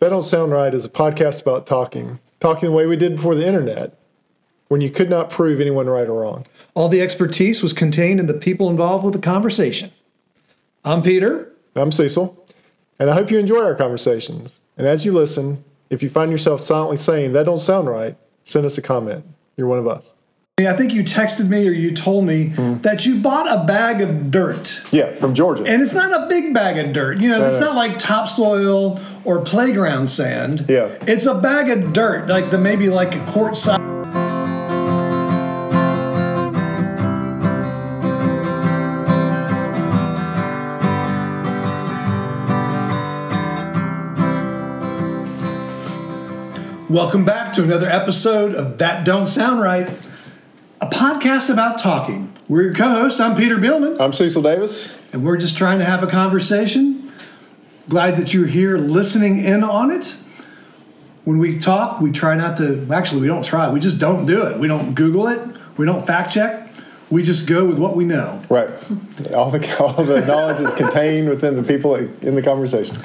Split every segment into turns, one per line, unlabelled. That Don't Sound Right is a podcast about talking, talking the way we did before the internet, when you could not prove anyone right or wrong.
All the expertise was contained in the people involved with the conversation. I'm Peter.
I'm Cecil, and I hope you enjoy our conversations. And as you listen, if you find yourself silently saying, That don't sound right, send us a comment. You're one of us.
I think you texted me or you told me that you bought a bag of dirt.
Yeah, from Georgia.
And it's not a big bag of dirt. You know, it's not like topsoil or playground sand.
Yeah.
It's a bag of dirt, like the maybe like a quart size. Welcome back to another episode of That Don't Sound Right, a podcast about talking. We're your co-hosts. I'm Peter Billman.
I'm Cecil Davis.
and we're just trying to have a conversation. Glad that you're here listening in on it. When we talk, we try not to, actually, we don't try, we just don't do it. We don't Google it, we don't fact check, we just go with what we know.
Right. All the, all the knowledge is contained within the people in the conversation.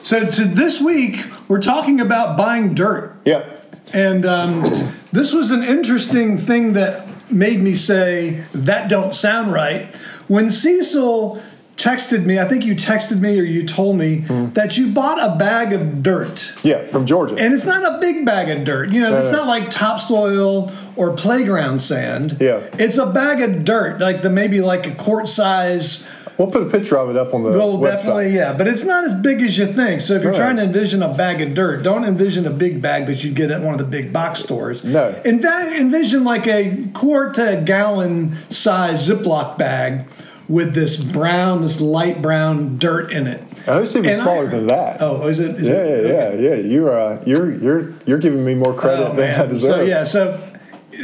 So, to this week, we're talking about buying dirt.
Yeah.
And um, this was an interesting thing that made me say, that don't sound right. When Cecil texted me, I think you texted me or you told me that you bought a bag of dirt.
Yeah, from Georgia.
And it's not a big bag of dirt. You know, it's not like topsoil or playground sand.
Yeah.
It's a bag of dirt, like the maybe like a quart size.
we'll put a picture of it up on the
Well,
website.
definitely, yeah. But it's not as big as you think. So if you're
Right.
trying to envision a bag of dirt, don't envision a big bag that you get at one of the big box stores.
No.
And that envision like a quart to gallon size Ziploc bag with this brown, this light brown dirt in it.
I hope it's even
And I-
smaller than that.
Oh, is it? Is
Yeah,
it,
yeah, yeah, yeah. You are uh, you're you're you're giving me more credit
Oh,
than I
man.
deserve.
So yeah, so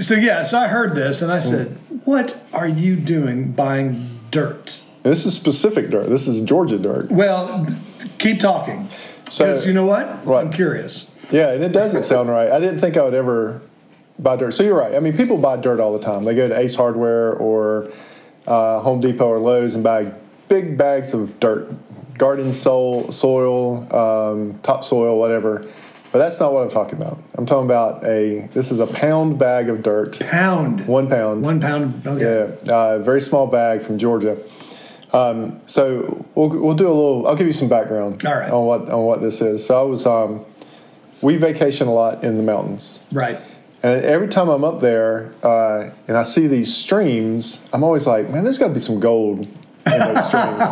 so yeah, so I heard this and I
Mm.
said, "What are you doing buying dirt?"
This is specific dirt. This is Georgia dirt.
Well, d- keep talking.
So-
Because you know what?
What?
I'm curious.
Yeah, and it doesn't sound right. I didn't think I would ever buy dirt. So you're right. I mean, people buy dirt all the time. They go to Ace Hardware or uh, Home Depot or Lowe's and buy big bags of dirt, garden soil, soil, um, topsoil, whatever. But that's not what I'm talking about. I'm talking about a. This is a pound bag of dirt.
Pound.
One pound.
One pound. Okay.
Yeah, uh, very small bag from Georgia. Um, so we'll, we'll do a little. I'll give you some background
All right.
on what on what this is. So I was um, we vacation a lot in the mountains,
Right.
and every time I'm up there uh, and I see these streams, I'm always like, man, there's got to be some gold in those streams.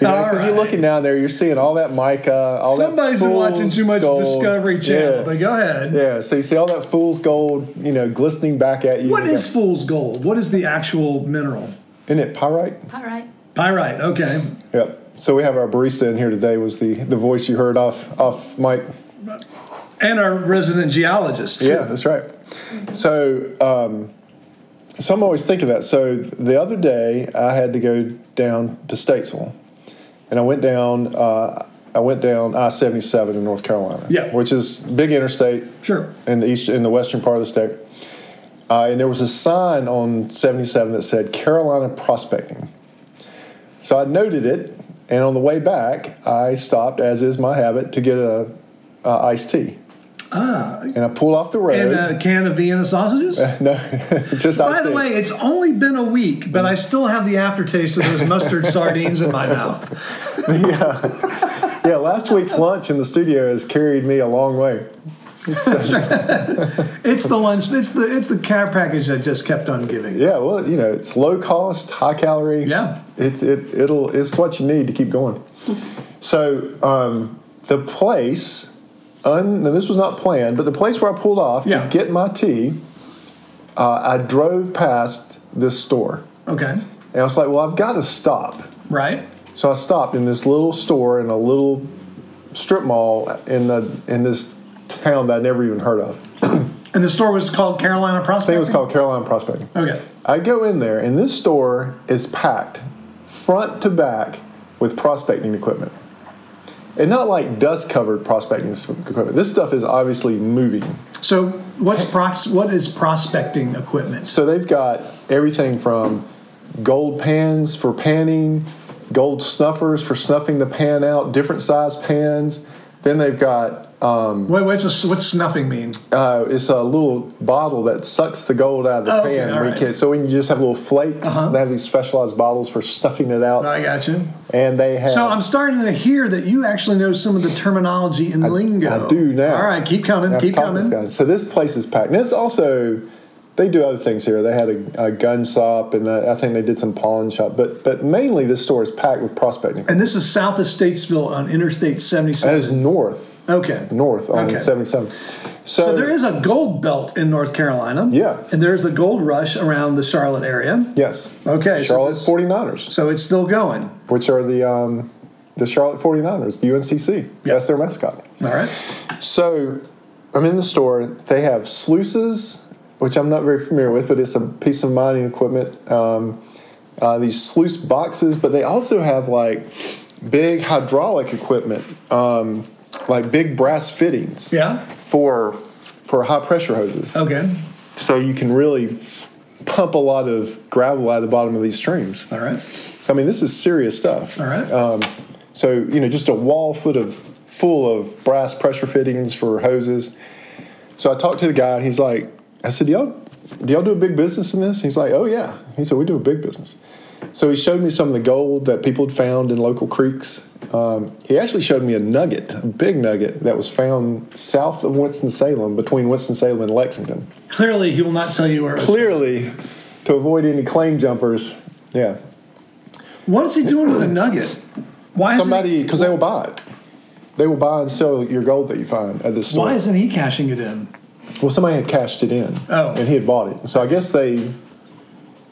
You know, 'cause you're
Alright.
looking down there, you're seeing all that mica. All that
Somebody's been watching
fool's
too much
gold.
Discovery Channel,
Yeah.
but go ahead.
yeah, so you see all that fool's gold, you know, glistening back at you.
What
You go,
is fool's gold? What is the actual mineral?
Isn't it pyrite?
All right.
Pyrite. Okay.
Yep. So we have our barista in here today. Was the the voice you heard off off mic?
And our resident geologist. too.
Yeah, that's right. So um, so I'm always thinking that. So the other day I had to go down to Statesville, and I went down. Uh, I went down I-77 in North Carolina.
Yeah.
which is big interstate
Sure.
in the east in the western part of the state. Uh, and there was a sign on 77 that said Carolina Prospecting. So I noted it, and on the way back, I stopped, as is my habit, to get a, a iced tea. Ah. And I pulled off the road.
And a can of Vienna sausages?
no, just
By
iced
the
tea.
way, it's only been a week, but I still have the aftertaste of those mustard sardines in my mouth.
Yeah, last week's lunch in the studio has carried me a long way.
It's the lunch. It's the it's the care package that just kept on giving.
Yeah, well, you know, it's low cost, high calorie.
Yeah.
it's it it'll it's what you need to keep going. So um, the place, un, now this was not planned, but the place where I pulled off
Yeah.
to get my tea, uh, I drove past this store,
Okay,
and I was like, well, I've got to stop.
right?
So I stopped in this little store in a little strip mall in the in this town that I never even heard of. I
And the store was called Carolina Prospect.
think it was called Caroline Prospect.
Okay,
I go in there, and this store is packed front to back with prospecting equipment. And not like dust covered prospecting s- equipment. This stuff is obviously moving.
so what's pros- what is prospecting equipment?
So they've got everything from gold pans for panning, gold snuffers for snuffing the pan out, different size pans, Then they've got
Wait, what's, a, what's snuffing mean?
uh, it's a little bottle that sucks the gold out of the
Oh, okay,
pan.
all
We
right. Uh-huh.
can- so when you just have little flakes, they have these specialized bottles for stuffing it out,
I got you.
and they have.
So I'm starting to hear that you actually know some of the terminology and lingo.
I do now.
All right, keep coming,
I've
keep
taught this
coming.
guy. So this place is packed. And it's also they do other things here. They had a, a gun shop, and I I think they did some pawn shop. But but mainly this store is packed with prospecting.
And this is south of Statesville on Interstate 77.
That is north,
okay.
north on
Okay.
77. So,
So there is a gold belt in North Carolina.
Yeah.
And there's a gold rush around the Charlotte area.
yes,
Okay, so
Charlotte
this-
49ers,
So it's still going.
which are the um, the Charlotte 49ers, the UNCC. That's their mascot.
All right.
So I'm in the store. They have sluices, which I'm not very familiar with, but it's a piece of mining equipment. Um, uh, these sluice boxes, but they also have like big hydraulic equipment, um, like big brass fittings
Yeah.
for for high pressure hoses.
Okay.
So you can really pump a lot of gravel out of the bottom of these streams.
All right.
So I mean, this is serious stuff. Um,
All right.
So you know, just a wall foot of full of brass pressure fittings for hoses. So I talked to the guy, and he's like, I said, do y'all do y'all do a big business in this? He's like, Oh yeah. He said, We do a big business. So he showed me some of the gold that people had found in local creeks. Um, he actually showed me a nugget, a big nugget that was found south of Winston Salem, between Winston Salem and Lexington.
Clearly, he will not tell you where it was.
Clearly, to avoid any claim jumpers, yeah,
What is he doing with a nugget? Why isn't,
somebody because they will buy it. They will buy and sell your gold that you find at this store.
why isn't he cashing it in?
Well, somebody had cashed it in,
Oh.
and he had bought it. So I guess they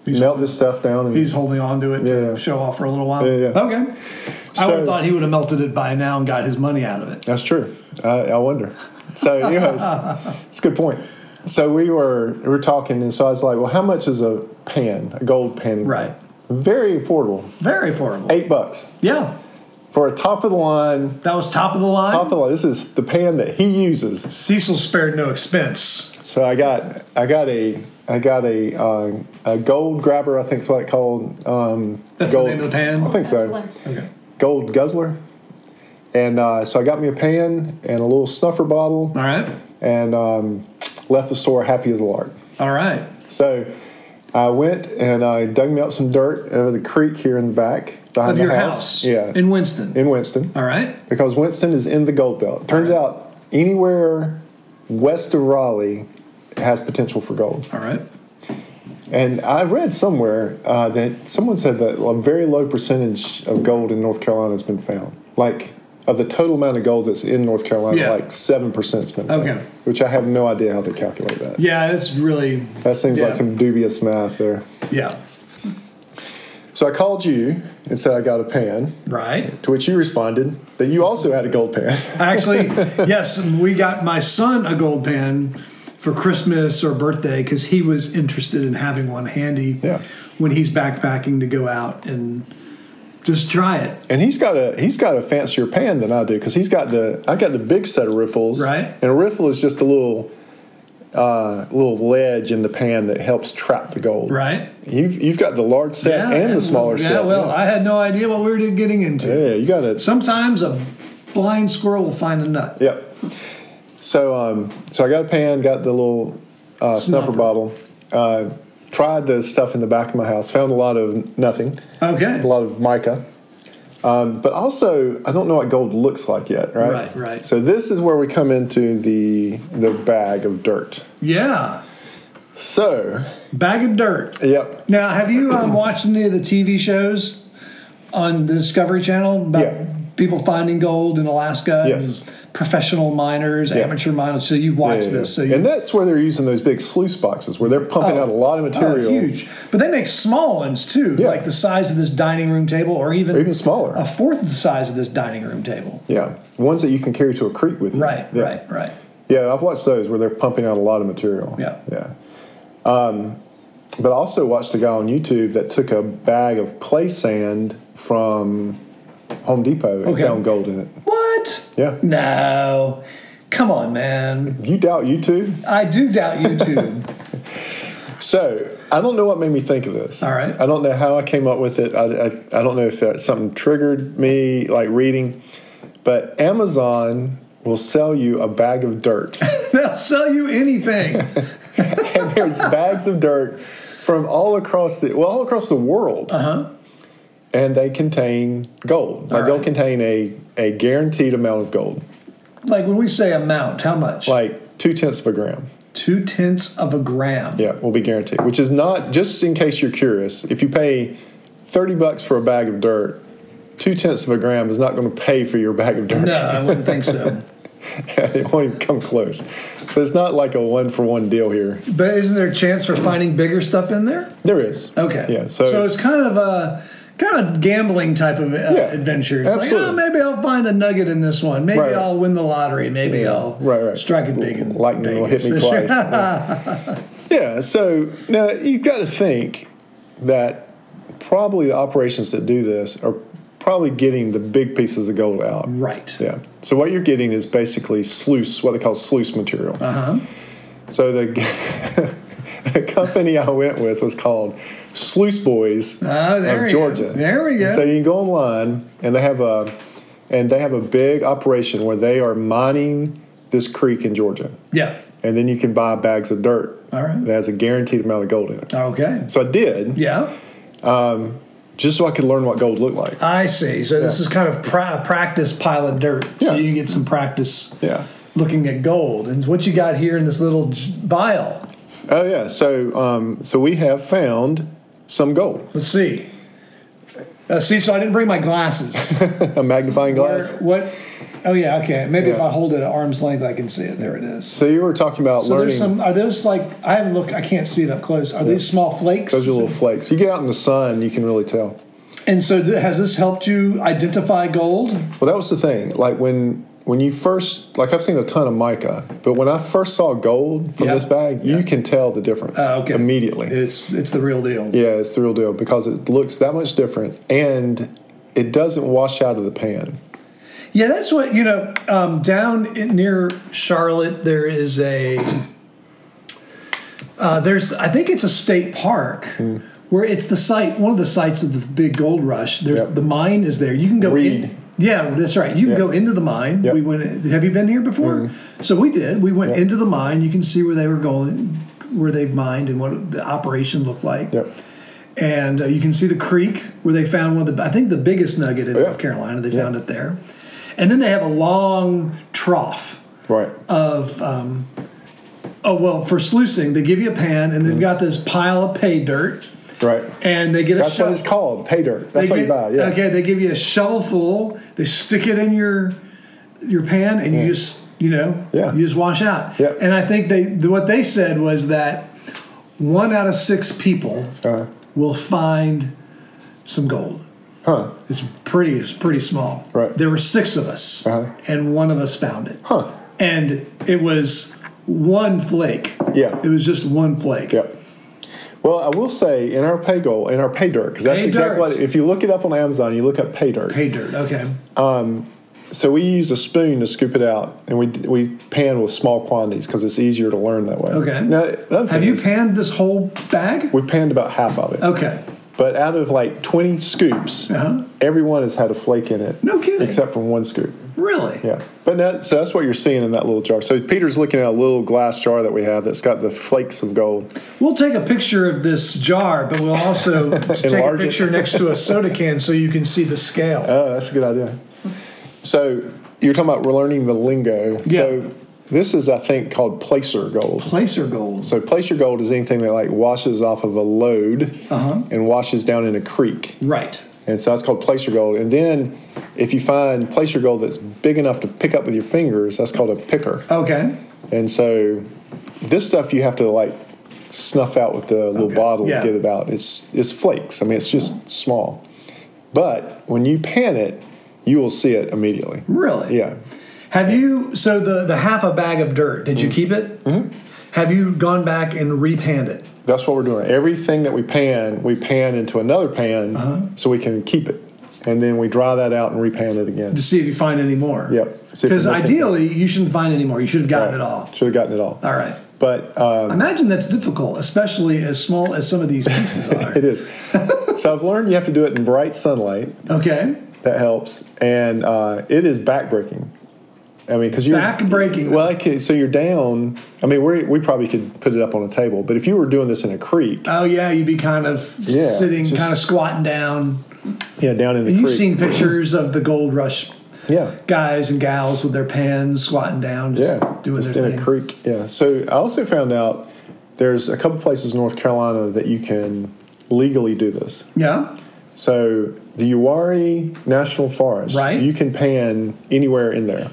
He's,
melt this stuff down. And,
he's holding on to it
Yeah.
to show off for a little while.
Yeah, yeah.
Okay. I
So-
would have thought he would have melted it by now and got his money out of it.
that's true. I, I wonder. So, anyways, it's a good point. So we were we were talking, and so I was like, "Well, how much is a pan, a gold pan?"
Right.
Very affordable,
Very affordable.
eight bucks
Yeah.
for a top of the line.
That was top of the line.
Top of the line. This is the pan that he uses.
Cecil spared no expense.
So I got I got a I got a uh, a gold grabber I think is what it called. Um,
That's
gold,
the name of the pan.
I think so.
Excellent.
Okay.
Gold guzzler. And uh, so I got me a pan and a little snuffer bottle
All right.
and um, left the store happy as a lark.
All right.
So I went and I dug me up some dirt out of the creek here in the back behind
Of
the
your
house.
house.
Yeah, in,
In Winston.
Winston
All right.
because Winston is in the gold belt. Turns out anywhere west of Raleigh has potential for gold.
All right.
And I read somewhere uh, that someone said that a very low percentage of gold in North Carolina has been found. Like, of the total amount of gold that's in North Carolina,
Yeah.
like 7% has been found.
Okay.
Which I have no idea how they calculate that.
Yeah, it's really.
That seems like
Yeah.
some dubious math there.
Yeah.
So I called you and said I got a pan,
Right.
to which you responded that you also had a gold pan.
Actually, yes, we got my son a gold pen for Christmas or birthday because he was interested in having one handy
Yeah.
when he's backpacking to go out and just try it.
And he's got a he's got a fancier pan than I do because he's got the I got the big set of riffles,
Right.
And a riffle is just a little uh, little ledge in the pan that helps trap the gold,
Right?
You've you've got the large set and the smaller
yeah,
set.
well, I had no idea what we were getting into.
yeah, you got it.
Sometimes a blind squirrel will find a nut.
Yep. So um, so I got a pan, got the little uh, snuffer
Snuffer.
bottle, uh, tried the stuff in the back of my house, found a lot of nothing.
Okay.
a lot of mica. Um, but also, I don't know what gold looks like yet, right?
Right, right.
So this is where we come into the the bag of dirt.
Yeah.
So,
Bag of dirt.
yep,
Now, have you um, watched any of the TV shows on the Discovery Channel about
Yeah.
people finding gold in Alaska?
Yes.
And professional miners, amateur miners. So you've watched this. So you,
and that's where they're using those big sluice boxes where they're pumping
Oh.
out a lot of
Oh,
material,
huge. But they make small ones too,
Yeah.
like the size of this dining room table, or even
or even smaller.
a fourth of the size of this dining room table.
yeah, ones that you can carry to a creek with you.
Right.
Yeah.
Right. Right.
Yeah, I've watched those where they're pumping out a lot of material.
Yeah.
Yeah. Um, but I also watched a guy on YouTube that took a bag of play sand from Home Depot and
Okay.
found gold in it.
What?
Yeah.
No. Come on, man.
You doubt YouTube?
I do doubt YouTube.
So I don't know what made me think of this.
All right.
I don't know how I came up with it. I, I, I don't know if that something triggered me, like reading. But Amazon will sell you a bag of dirt.
They'll sell you anything.
and there's bags of dirt from all across the well, all across the world.
Uh-huh.
And they contain gold. Like
All
they'll
right.
contain a, a guaranteed amount of gold.
Like when we say amount, how much?
Like two tenths of a gram.
two tenths of a gram.
Yeah, will be guaranteed. Which is not just in case you're curious. If you pay thirty bucks for a bag of dirt, two tenths of a gram is not going to pay for your bag of dirt.
No, I wouldn't think so.
it won't even come close. So it's not like a one for one deal here.
But isn't there a chance for finding bigger stuff in there?
There is.
Okay.
Yeah. So,
it's kind of a kind of gambling type of uh,
Yeah,
adventure. It's
absolutely.
like, oh, maybe I'll find a nugget in this one. Maybe
Right.
I'll win the lottery. Maybe I'll
Right, right.
strike it big and
lightning will hit me
Vegas.
twice. Yeah. Yeah, So now you've got to think that probably the operations that do this are probably getting the big pieces of gold out.
right.
Yeah. So what you're getting is basically sluice, what they call sluice material.
Uh huh.
So the, the company I went with was called Sluice Boys
Oh, there
of
we
Georgia.
Go. There we go.
So you can go online, and they have a, and they have a big operation where they are mining this creek in Georgia,
yeah.
and then you can buy bags of dirt
All right.
that has a guaranteed amount of gold in it.
Okay.
So I did
Yeah.
just so I could learn what gold looked like.
I see. So this is kind of pra- a practice pile of dirt.
Yeah.
So you get some practice
Yeah.
looking at gold. And what you got here in this little j- vial?
Oh yeah. So um, so we have found some gold,
Let's see. Uh, see, so I didn't bring my glasses.
a magnifying
Where-
glass.
what? Oh yeah, okay. Maybe if
Yeah.
I hold it at arm's length, I can see it. There it is.
So you were talking about
So
learning.
there's some. Are those like? I haven't looked. I can't see it up close. Are these small flakes?
those are little flakes. You get out in the sun, you can really tell.
And so th- has this helped you identify gold?
Well, that was the thing. Like when when you first like I've seen a ton of mica, but when I first saw gold from
Yeah.
this bag, you can tell the difference
Oh, okay.
immediately.
It's it's the real deal.
yeah, it's the real deal because it looks that much different and it doesn't wash out of the pan.
Yeah, that's what you know. Um, down in, near Charlotte, there is a. Uh, there's, I think it's a state park
Hmm.
where it's the site, one of the sites of the big gold rush. There's
Yep.
the mine is there. You can go
Reed.
in. Yeah, that's right. You can go into the mine.
Yep. Mm-hmm.
We went. Have you been here before? So we did. We went into the mine. You can see where they were going, where they mined, and what the operation looked like
Yep.
and uh, you can see the creek where they found one of the I think the biggest nugget in
Oh, Yeah.
North Carolina. They found it there, and then they have a long trough
Right.
of um, oh well for sluicing. They give you a pan, and
Mm.
they've got this pile of pay dirt,
right.
and they get a
That's
shovel.
what it's called, pay dirt.
They
That's what you
give-
buy. Yeah.
Okay, they give you a shovel full. They stick it in your your pan, and you just you know
Mm. Yeah.
you just wash out.
Yeah.
And I think they what they said was that one out of six people
Uh,
will find some gold.
huh.
It's pretty. It's pretty small.
Right.
There were six of us,
Uh-huh.
and one of us found it.
Huh.
And it was one flake.
Yeah.
It was just one flake.
Yep. Well, I will say in our pay gold, in our pay dirt, because that's
Pay
exactly
dirt.
what if you look it up on Amazon, you look up pay dirt.
Pay dirt. Okay.
So we use a spoon to scoop it out, and we we pan with small quantities because it's easier to learn that way.
Okay.
Now, another thing
Have you
is
panned this whole bag?
we panned about half of it,
Okay.
but out of like twenty scoops,
Uh-huh.
everyone has had a flake in it.
No kidding.
Except for one scoop.
Really?
Yeah. But that, so that's what you're seeing in that little jar. So Peter's looking at a little glass jar that we have that's got the flakes of gold.
We'll take a picture of this jar, but we'll also take a
Enlarge it.
picture next to a soda can so you can see the scale.
Oh, that's a good idea. So you're talking about we're learning the lingo.
Yeah.
So this is, I think, called placer gold.
Placer gold.
So placer gold is anything that like washes off of a load
Uh-huh.
and washes down in a creek.
right.
And so that's called placer gold. And then if you find placer gold that's big enough to pick up with your fingers, that's called a picker.
Okay.
And so this stuff you have to like snuff out with the little
Okay.
bottle
Yeah.
to get it out. It's it's flakes. I mean it's just small. But when you pan it, you will see it immediately.
Really?
Yeah.
Have you so the the half a bag of dirt? Did you keep it? Mm-hmm. Have you gone back and repanned it?
That's what we're doing. Everything that we pan, we pan into another pan
Uh-huh.
so we can keep it. And then we dry that out and repan it again.
to see if you find any more.
Yep. See if
Because
we missed
ideally, you shouldn't find any more. You should have gotten it all.
Should have gotten it all.
All right.
But um,
Imagine that's difficult, especially as small as some of these pieces are.
it is. so I've learned you have to do it in bright sunlight.
Okay.
That helps. And uh, it is backbreaking. I mean, because you're
Backbreaking.
Well, okay, so you're down. I mean, we we probably could put it up on a table, but if you were doing this in a creek,
Oh yeah, you'd be kind of
Yeah,
sitting,
just-
kind of squatting down.
yeah, down in the
You've
creek,
seen pictures of the gold rush
yeah,
guys and gals with their pans squatting down, just
yeah,
doing
just
their
in
thing.
a creek. Yeah. So I also found out there's a couple places in North Carolina that you can legally do this.
Yeah,
So the Uwari National Forest,
Right. Mm-hmm.
You can pan anywhere in there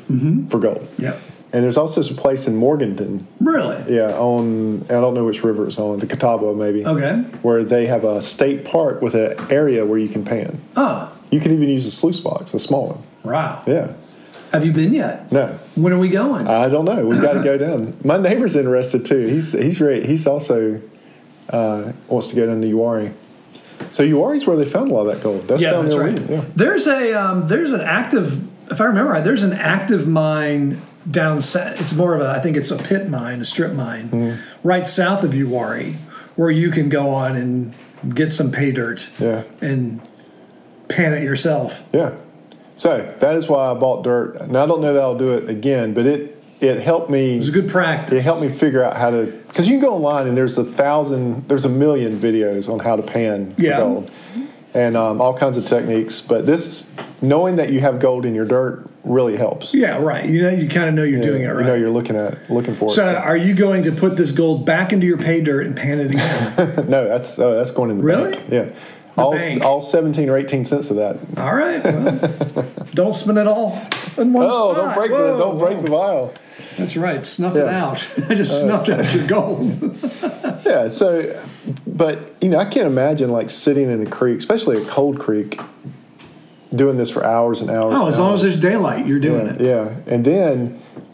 for gold.
yeah,
And there's also a place in Morganton,
really.
yeah, on I don't know which river it's on, the Catawba maybe.
Okay.
Where they have a state park with an area where you can pan.
Oh,
You can even use a sluice box, a small one.
wow.
Yeah.
Have you been yet?
No,
When are we going?
I don't know. We've got to go down. My neighbor's interested too. He's he's re- he's also uh, wants to go down to Uwari. So Uwari's where they found a lot of that gold. That's down there. we- Yeah.
There's a um, there's an active, if I remember right, there's an active mine down. sa- It's more of a, I think it's a pit mine, a strip mine,
Mm-hmm.
right south of Uwari, where you can go on and get some pay dirt
Yeah.
and pan it yourself.
Yeah. So that is why I bought dirt. And I don't know that I'll do it again, but it it helped me.
It's a good practice.
It helped me figure out how to because you can go online and there's a thousand, there's a million videos on how to pan for
Yeah.
gold and um, all kinds of techniques. But this knowing that you have gold in your dirt really helps.
Yeah, right. You know, you kind of know you're doing it
You know,
right.
you're looking at looking for it.
so,
So-
are you going to put this gold back into your pay dirt and pan it again?
no, that's oh, that's going in the
Really?
bank. Yeah. all,
bank.
all 17 or 18 cents of that.
all right. Well, don't spend it all in one
Oh,
spot.
don't break
Whoa.
the don't break the vial.
That's right. Snuff it
Yeah.
out. I just snuffed out your gold.
Yeah. So, but you know, I can't imagine like sitting in a creek, especially a cold creek, doing this for hours and hours.
Oh,
and
as long as
hours.
there's daylight, you're doing it.
yeah. And then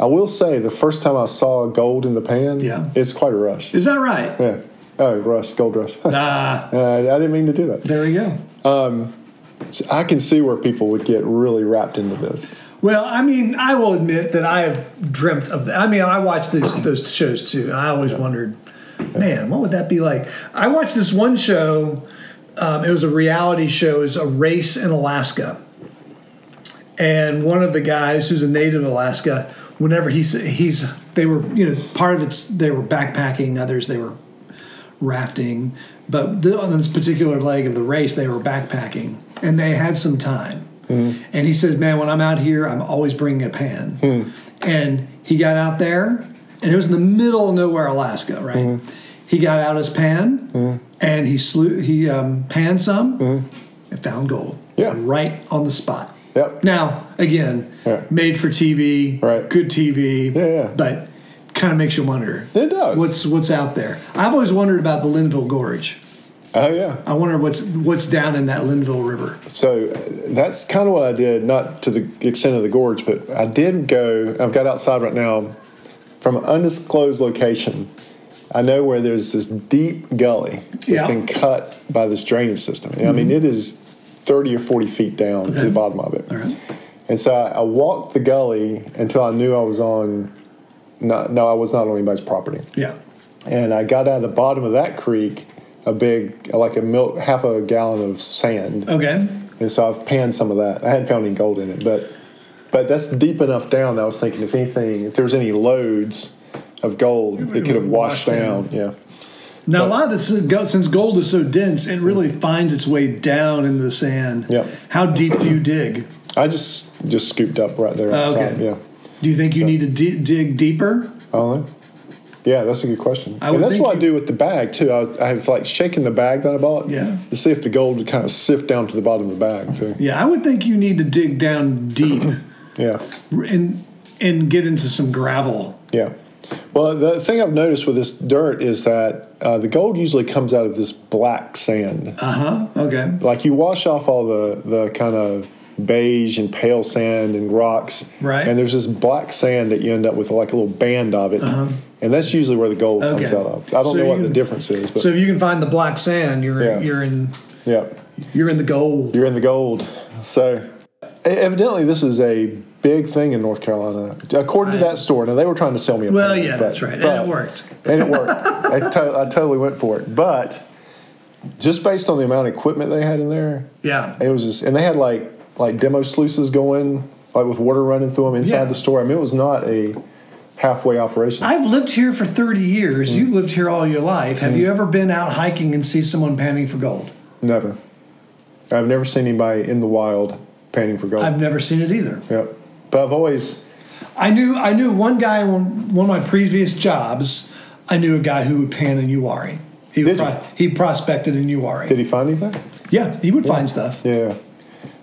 I will say, the first time I saw gold in the pan,
Yeah.
it's quite a rush.
Is that right?
Yeah. Oh, rush, gold rush. uh,
Ah,
I didn't mean to do that.
there we go.
I can see where people would get really wrapped into this.
Well, I mean, I will admit that I have dreamt of that. I mean, I watched those those shows too, and I always wondered, man, what would that be like? I watched this one show. Um, it was a reality show. It was a race in Alaska, and one of the guys who's a native of Alaska, whenever he's he's they were you know part of it's they were backpacking, others they were rafting, but the, on this particular leg of the race, they were backpacking and they had some time. And he says, "Man, when I'm out here, I'm always bringing a pan." And he got out there, and it was in the middle of nowhere, Alaska, right? He got out his pan, and he slew he um, panned some, and found gold.
Yeah.
right on the spot.
Yep.
Now, again,
Yeah.
made for TV,
Right.
good TV,
Yeah, yeah.
but kind of makes you wonder
It does.
what's what's out there. I've always wondered about the Linville Gorge.
oh yeah.
I wonder what's what's down in that Linville River.
So uh, that's kind of what I did, not to the extent of the gorge, but I did go. I've got outside right now from an undisclosed location. I know where there's this deep gully that's
Yeah.
been cut by this drainage system. I mean, it is 30 or 40 feet down to the bottom of it. And so I, I walked the gully until I knew I was on, no, no, I was not on anybody's property
Yeah.
and I got out of the bottom of that creek a big like a milk half a gallon of sand
Okay.
and so I've panned some of that I hadn't found any gold in it but but that's deep enough down that I was thinking if anything if there was any loads of gold it, could have washed,
washed down.
down. yeah
Now a lot of this since gold is so dense, it really finds its way down into the sand.
Yeah.
How deep do you dig?
I just just scooped up right there
Oh,
outside,
okay.
yeah
Do you think you need to de- dig deeper?
I don't know yeah, that's a good question.
I would
and that's
think
what I
you-
do with the bag too. I, I have like shaken the bag that I bought
Yeah.
to see if the gold would kind of sift down to the bottom of the bag too.
Yeah, I would think you need to dig down deep
Yeah.
and and get into some gravel.
Yeah. Well, the thing I've noticed with this dirt is that uh, the gold usually comes out of this black sand.
Uh huh. Okay.
Like you wash off all the, the kind of beige and pale sand and rocks.
Right.
And there's this black sand that you end up with like a little band of it. And that's usually where the gold comes
Uh-huh. Okay.
out of. I don't
So
know what
you-
the difference is, but
So if you can find the black sand, you're
Yeah.
you're in
yeah,
you're in the gold.
you're in the gold. So e- evidently this is a big thing in North Carolina, according to that store. Now they were trying to sell me a
Well,
plan,
yeah,
but-
that's right,
but-
and it worked.
and it worked. I, to- I totally went for it. But just based on the amount of equipment they had in there,
Yeah.
it was just, and they had like like demo sluices going, like with water running through them inside
Yeah.
the store. I mean, it was not a halfway operation.
I've lived here for 30
Mm.
years. You've lived here all your life. Have you ever been out hiking and see someone panning for gold?
never. I've never seen anybody in the wild panning for gold.
I've never seen it either.
yep. But I've always
I knew I knew one guy on one of my previous jobs. I knew a guy who would pan in Uwari. He
Did
would pro- he prospected in Uwari.
did he find anything?
yeah, he would find stuff.
Yeah.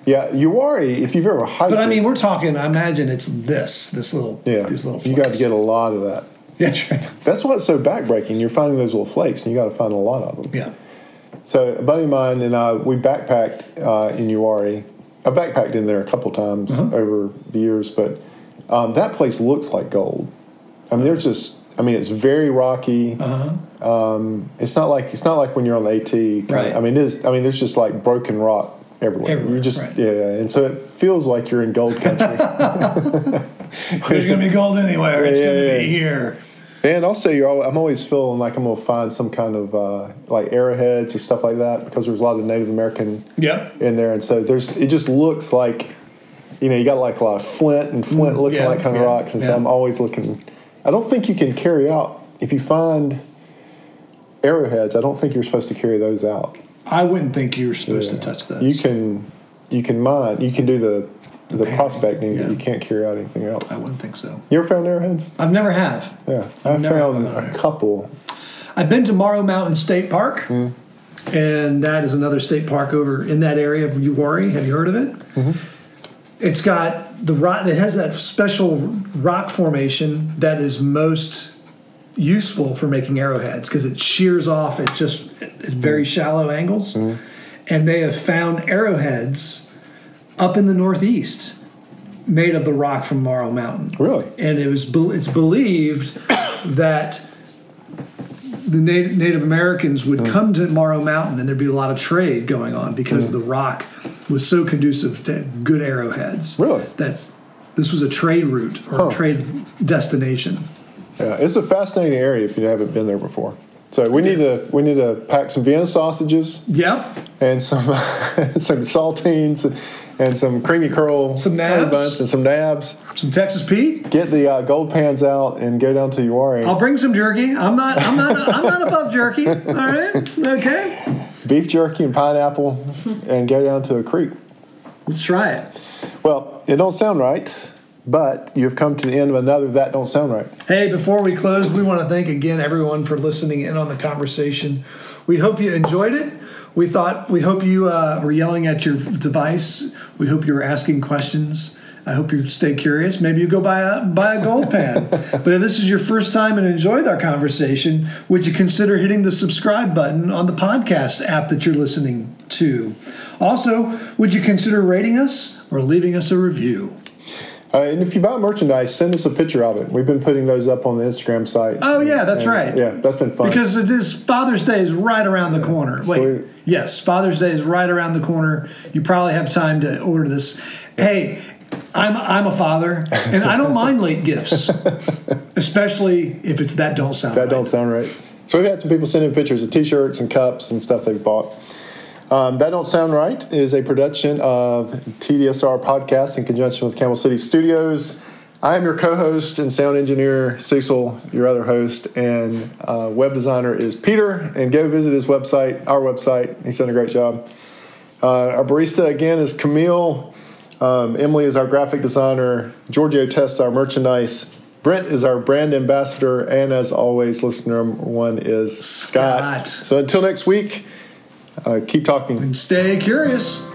Yeah, you worry if you've ever hiked.
But I
it,
mean, we're talking. I imagine it's this this little
yeah,
these little.
you got to
flakes.
get a lot of that.
yeah sure.
That's what's so backbreaking. You're finding those little flakes, and you got to find a lot of them.
yeah.
So a buddy of mine and I, we backpacked uh, in Uwari. I backpacked in there a couple times
Mm-hmm.
over the years, but um, that place looks like gold. I mean, there's just, I mean, it's very rocky. Um,
Uh-huh.
It's not like it's not like when you're on the AT. kinda-
Right.
I mean, it is. I mean, there's just like broken rock everywhere.
Everywhere,
you just
right.
yeah, yeah, and so it feels like you're in gold country.
There's gonna be gold anywhere. It's
Yeah,
gonna
yeah,
be
yeah.
here.
And also, you're always, I'm always feeling like I'm gonna find some kind of uh, like arrowheads or stuff like that because there's a lot of Native American
Yep.
in there, and so there's it just looks like you know you got like a lot of flint and flint looking
Mm-hmm. yeah,
like kind of
yeah,
rocks, and so
yeah.
I'm always looking. I don't think you can carry out if you find arrowheads. I don't think you're supposed to carry those out.
I wouldn't think you were supposed
Yeah.
to touch those.
You can you can mine. You can do the the
pan,
prospecting,
yeah.
but you can't carry out anything else.
I wouldn't think so.
You ever found arrowheads?
I've never have.
Yeah, I
never had
found
one
a
either.
couple.
I've been to Morrow Mountain State Park, and that is another state park over in that area of Uwari. Have you heard of it? It's got the rock. It has that special rock formation that is most useful for making arrowheads because it shears off at just at very shallow angles, and they have found arrowheads up in the northeast made of the rock from Morrow Mountain
Really?
and it was bel- it's believed that the Native, Native Americans would
Mm.
come to Morrow Mountain and there'd be a lot of trade going on because the rock was so conducive to good arrowheads.
Really?
That this was a trade route or
Huh.
a trade destination.
Yeah, it's a fascinating area if you haven't been there before. So we need to we need to pack some Vienna sausages
Yep.
and some some saltines and some creamy curl
Some
honey
nabs.
buns and some nabs.
Some Texas Pete.
Get the uh, gold pans out and go down to Uari.
I'll bring some jerky. I'm not. I'm not. I'm not above jerky. All right. Okay.
Beef jerky and pineapple, and go down to a creek.
Let's try it.
Well, it don't sound right, but you've come to the end of another that don't sound right.
Hey, before we close, we want to thank again everyone for listening in on the conversation. We hope you enjoyed it. We thought, we hope you uh, were yelling at your device. We hope you were asking questions. I hope you stay curious. Maybe you go buy a buy a gold pan. but if this is your first time and enjoyed our conversation, would you consider hitting the subscribe button on the podcast app that you're listening to? Also, would you consider rating us or leaving us a review?
Uh, and if you buy merchandise, send us a picture of it. We've been putting those up on the Instagram site.
Oh, yeah, that's
And,
right.
Yeah, that's been fun.
Because it is Father's Day is right around the corner. Wait,
we-
yes, Father's Day is right around the corner. You probably have time to order this. Hey, I'm I'm a father, and I don't mind late gifts, especially if it's that don't sound.
That don't sound right. So we've had some people sending pictures of T-shirts and cups and stuff they've bought. Um, that don't sound right is a production of TDSR podcast in conjunction with Campbell City Studios. I am your co-host and sound engineer Cecil, your other host, and uh, web designer is Peter. And go visit his website, our website. He's done a great job. Uh, our barista again is Camille. Um, Emily is our graphic designer. Giorgio tests our merchandise. Brent is our brand ambassador. And as always, listener number one is Scott.
Scott.
So until next week, uh, keep talking.
Stay curious.